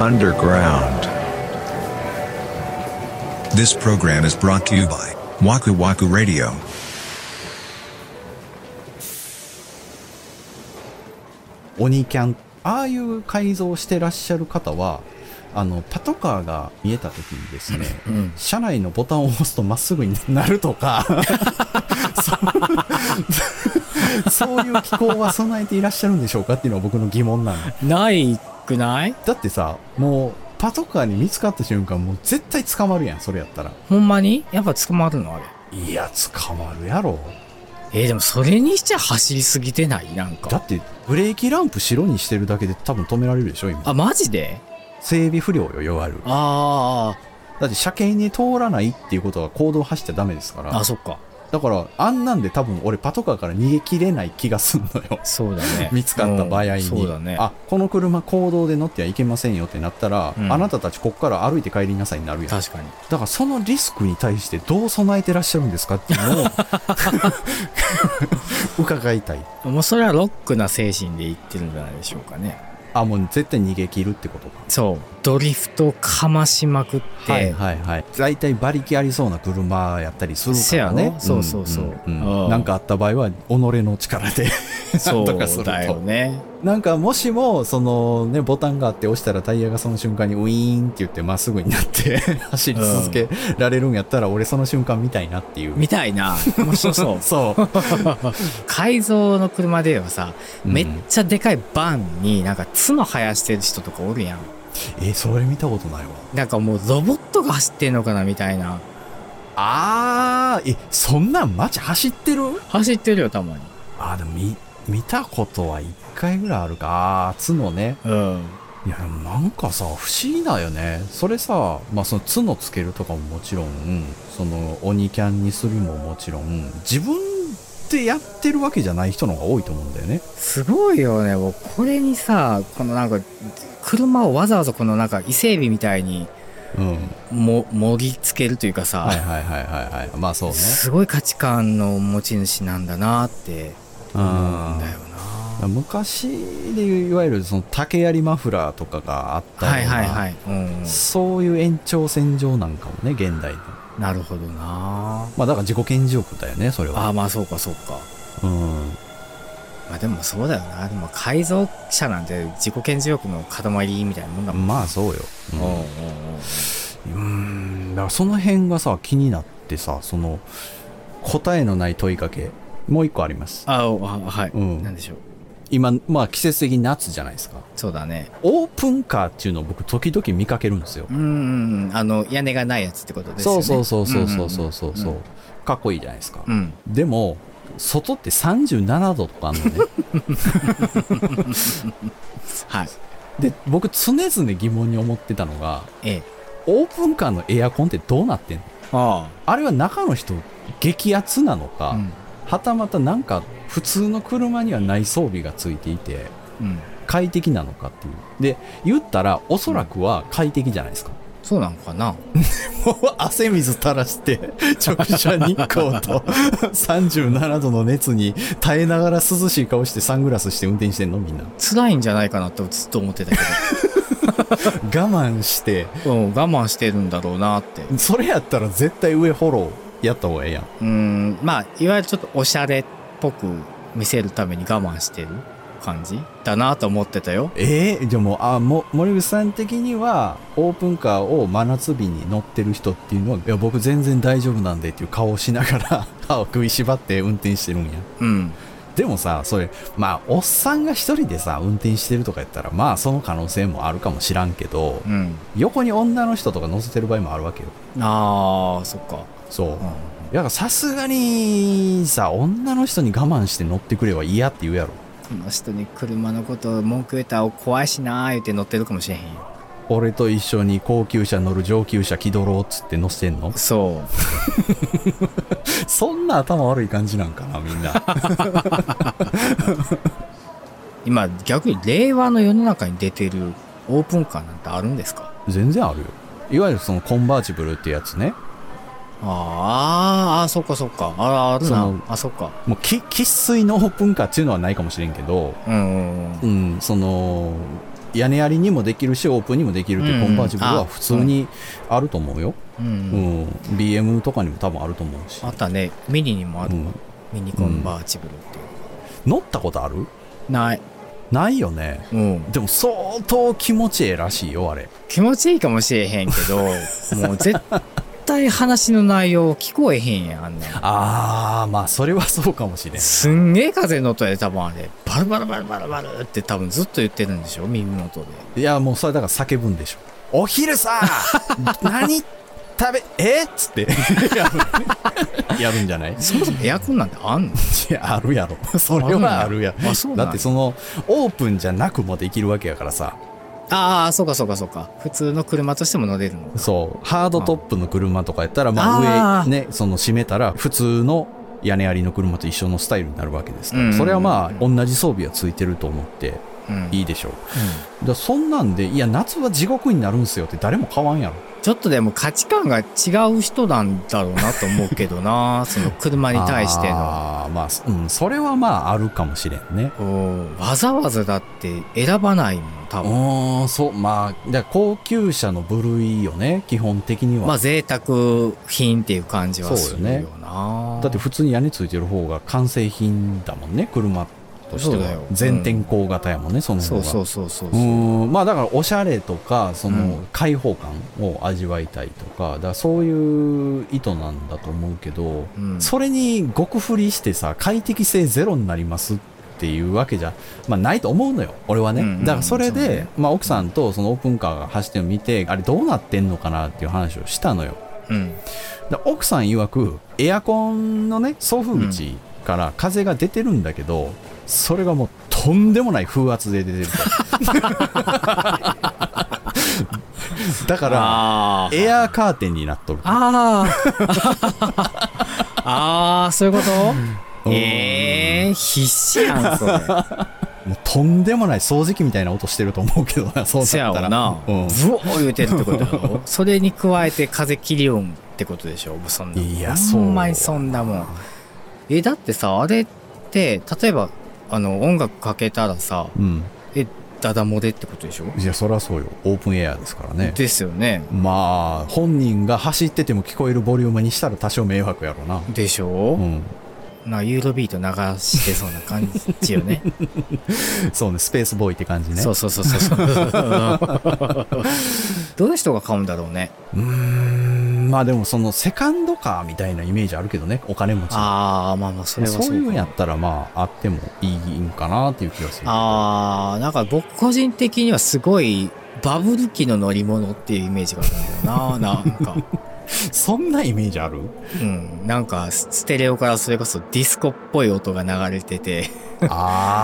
Underground. This program is brought to you by Waku Waku Radio. 鬼キャンああいう改造をしてらっしゃる方はあのパトカーが見えた時にですね、車内のボタンを押すとまっすぐになるとか そうそういう機構は備えていらっしゃるんでしょうかっていうのは僕の疑問なのないくないだってさもうパトカーに見つかった瞬間もう絶対捕まるやんそれやったらほんまにやっぱ捕まるのあれ。いや捕まるやろえー、でもそれにしちゃ走りすぎてないなんだか。ってブレーキランプ白にしてるだけで多分止められるでしょ今あ、マジで整備不良よ弱るあだって車検に通らないっていうことは行動走っちゃダメですかあ、らあ、。そっか。。だから、あんなんで多分俺パトカーから逃げ切れない気がすんのよ。そうだね 見つかった場合に、うんそうだね。あ、この車公道で乗ってはいけませんよってなったら、うんあなたたちこっから歩いて帰りなさいになるやん。だ確かに。からそのリスクに対してどう備えてらっしゃるんですかっていう のを 伺いたい。もうそれはロックな精神で言ってるんじゃないでしょうかね。あ、もう絶対逃げ切るってことか。そう。ドリフトかましまくって、はいはいはい。大体馬力ありそうな車やったりするせからやねろ。そうそうそうんんうんなんかあった場合は、己の力で そとかすうるだよと。ね。なんかもしも、そのね、ボタンがあって押したらタイヤがその瞬間にウィーンって言ってまっすぐになって 走り続けられるんやったら、俺その瞬間見たいなっていう。。みたいな。面白そう そう。 改造の車ではさ、うんめっちゃでかいバンになんか角生やしてる人とかおるやん。え、それ見たことないわ。なんかもうロボットが走ってんのかなみたいな。あー、え、そんなん街走ってる走ってるよ、たまに。あー、でも見、見たことは一回ぐらいあるか。あー、角ね。うん。いや、でもなんかさ、不思議だよね。それさ、まあ、その角つけるとかももちろん、その鬼キャンにするももちろん、自分でやってるわけじゃない人の方が多いと思うんだよね。すごいよね。もうこれにさ、このなんか、車をわざわざこのなんか伊勢海老みたいにうん。も、盛り付けるというかさ、はいはいはいはいはい。まあそうね。すごい価値観の持ち主なんだなって思うんだような。ん。昔でいう、いわゆるその竹槍マフラーとかがあったはよいうなはいはい。うん。そういう延長線上なんかもね、現代の。なるほどな。まあだから自己顕示欲だよね、それあは。あ、まあそうかそうか。うん。まあでもそうだよな。でも改造車なんて自己顕示欲の塊みたいなもんだもん。まあそうよ。ううんんうんうんうーんだからその辺がさ気になってさその答えのない問いかけもう一個ありますああ、はい。うんなんでしょう。今まあ季節的に夏じゃないですかそうだね。オープンカーっていうのを僕時々見かけるんですようんうんうん。あの、屋根がないやつってことですよそね。うそうそうそうそうそうそうそううんかっこいいじゃないですか、うんうん。でも外って37度とかある のねはい。で僕常々疑問に思ってたのがええ。オープンカーのエアコンってどうなってんのああれは中の人激アツなのか、うん。はたまたなんか普通の車にはない装備がついていてうん。快適なのかっていうで言ったらおそらくは快適じゃないですか、そうなのかもなう 汗水垂らして直射日光と 37度の熱に耐えながら涼しい顔してサングラスして運転してんのみんな我辛いんじゃないかなってずっと思ってたけ慢してど。 うん、我慢してるんだろうなって。それやったら絶対上フォローやった方がええやんうん。まあ、いわゆるちょっとおしゃれっぽく見せるために我慢してる感じだなと思ってたよ。えー、でもあも森口さん的にはオープンカーを真夏日に乗ってる人っていうのはいや僕全然大丈夫なんでっていう顔をしながら 歯を食いしばって運転してるんやうん。でもさそれまあおっさんが一人でさ運転してるとかやったらまあその可能性もあるかもしらんけどうん。横に女の人とか乗せてる場合もあるわけよああ、そっか。そう、うん。だからさすがにさ女の人に我慢して乗ってくれば嫌って言うやろこの人に車のこと文句言ったら怖いしなー言って乗ってるかもしれへんよ。俺と一緒に高級車乗る上級車気取ろうっつって乗せてんのそう。そんな頭悪い感じなんかな、みんな。 今逆に令和の世の中に出てるオープンカーなんてあるんですか全然あるよ。いわゆるそのコンバーチブルってやつね。あーあーそっかそっかあらあるそなのあそっかもうき、生粋のオープンカーっていうのはないかもしれんけど、うんうんうんうん、その、屋根やりにもできるしオープンにもできるっていううんコンバージブルあは普通にあると思うよ、うんうん BM とかにも多分あると思うしあったねミニにもあるわ、うんミニコンバーチブルっていう、乗ったことあるない、ないよねうん、でも相当気持ちええらしいよあれ気持ちいいかもしれへんけ どもう絶対話の内容聞こえへんやんあんなんあーまあそれはそうかもしれんすんげえ風の音で多分あれバルバルバルバルバルって多分ずっと言ってるんでしょ耳元でいやもうそれだから叫ぶんでしょお昼さ 何食べえっつってやるやるんじゃないそもそもエアコンなんてあんのいやあるやろそれはあるやあそうなんやだってそのオープンじゃなくもできるわけやからさああそうかそうかそうか普通の車としても乗れるのそうハードトップの車とかやったらまああー上ねその閉めたら普通の屋根ありの車と一緒のスタイルになるわけですから、うんそれはまあ同じ装備はついてると思ってうんいいでしょう、だからそんなんでいや夏は地獄になるんすよって誰も買わんやろちょっとでも価値観が違う人なんだろうなと思うけど なその車に対してのあーまあ、そうん、それはまああるかもしれんね。うんわざわざだって選ばないもん多分うん、そう、まあ、だから高級車の部類よね、基本的には。まあ贅沢品っていう感じはすそうるよねよなだって普通に屋根ついてる方が完成品だもんね、車としてそうだはよ。全天候型やもんね、その方そうが。そうそうそううそうんまあだからおしゃれとかそうのん開放感を味わいたいとかだからそういう意図なんだと思うけど、うんそれに極振りしてさ快適性ゼロになりますっていうわけじゃ、まあ、ないと思うのよ俺はね、うんうんだからそれそうでねまあ、奥さんとそのオープンカーが走ってるのを見てあれどうなってんのかなっていう話をしたのようんだから奥さん曰くエアコンのね送風口から風が出てるんだけど、それがもうとんでもない風圧で出てる からだからあーエアーカーテンになっとるああ ああそういうことうんええー、必死やんそれもうとんでもない掃除機みたいな音してると思うけどなそう せやだったわらなブうんオー言うてるってことだろ それに加えて風切り音ってことでしょそんないやほんまにそうそんなもんえだってさあれって例えばあの音楽かけたらさうんえダダ漏れってことでしょ、いやそりゃそうよオープンエアですからねですよねまあ本人が走ってても聞こえるボリュームにしたら多少迷惑やろうなでしょ、うんなユーロビート流してそうな感じよね そうねスペースボーイって感じねそうそうそうそうそう どういう人が買うんだろうねうーんまあでもそのセカンドカーみたいなイメージあるけどねお金持ちああまあまあそれはそうそういうかんやったらまああってもいいんかなっていう気がするあーなんか僕個人的にはすごいバブル期の乗り物っていうイメージがあるんだよ ななんかそんなイメージあるうんなんかスステレオからそれこそディスコっぽい音が流れてて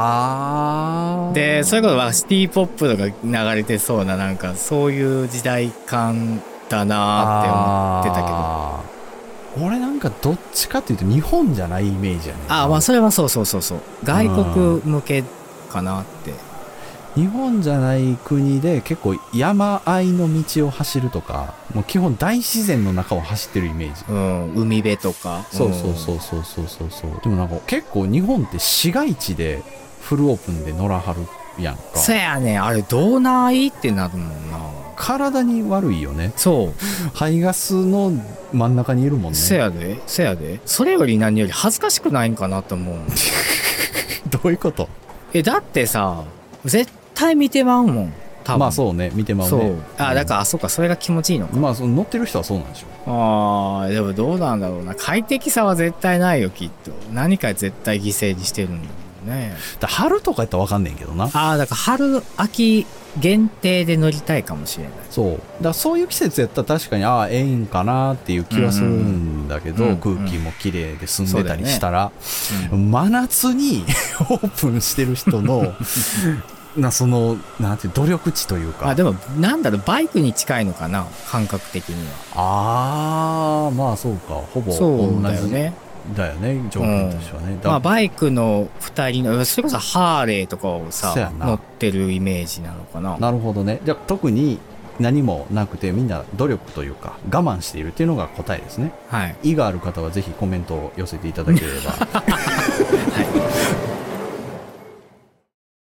あでそれこそ まあシティポップとか流れてそうななんかそういう時代感だなーって思ってたけどあけど俺なんかどっちかっていうと日本じゃないイメージやねあーまあそれはそうそうそうそう外国向けかなって日本じゃない国で結構山あいの道を走るとかもう基本大自然の中を走ってるイメージうん海辺とかそうそうそうそうそうそうそうでもなんか結構日本って市街地でフルオープンで乗らはるやんかうんそやねんあれどうないってなるもんな体に悪いよねそう排ガスの真ん中にいるもんねせやでせやでそれより何より恥ずかしくないんかなと思う どういうことえだってさ絶対見てまうもん多分まあそうね見てまうねそうあだからら、あそうかそれが気持ちいいのかまあその乗ってる人はそうなんでしょあーでもどうなんだろうな快適さは絶対ないよきっと何か絶対犠牲にしてるんだもんねだから春とかやったら分かんねんけどなああだから春秋限定で乗りたいかもしれないそうだからそういう季節やったら確かにああええんかなっていう気はするんだけど、うんうん空気も綺麗で澄んでたりしたら、うん真夏に オープンしてる人のなそのなんていう努力値というかあでもなんだろうバイクに近いのかな感覚的にあはあまあそうかほぼそう同だよじねだよね条件としてはね、だまあ、バイクの2人のそれこそハーレーとかをそうさやな乗ってるイメージなのかななるほどねじゃあ特に何もなくてみんな努力というか我慢しているっていうのが答えですねはい、意がある方はぜひコメントを寄せていただければはい、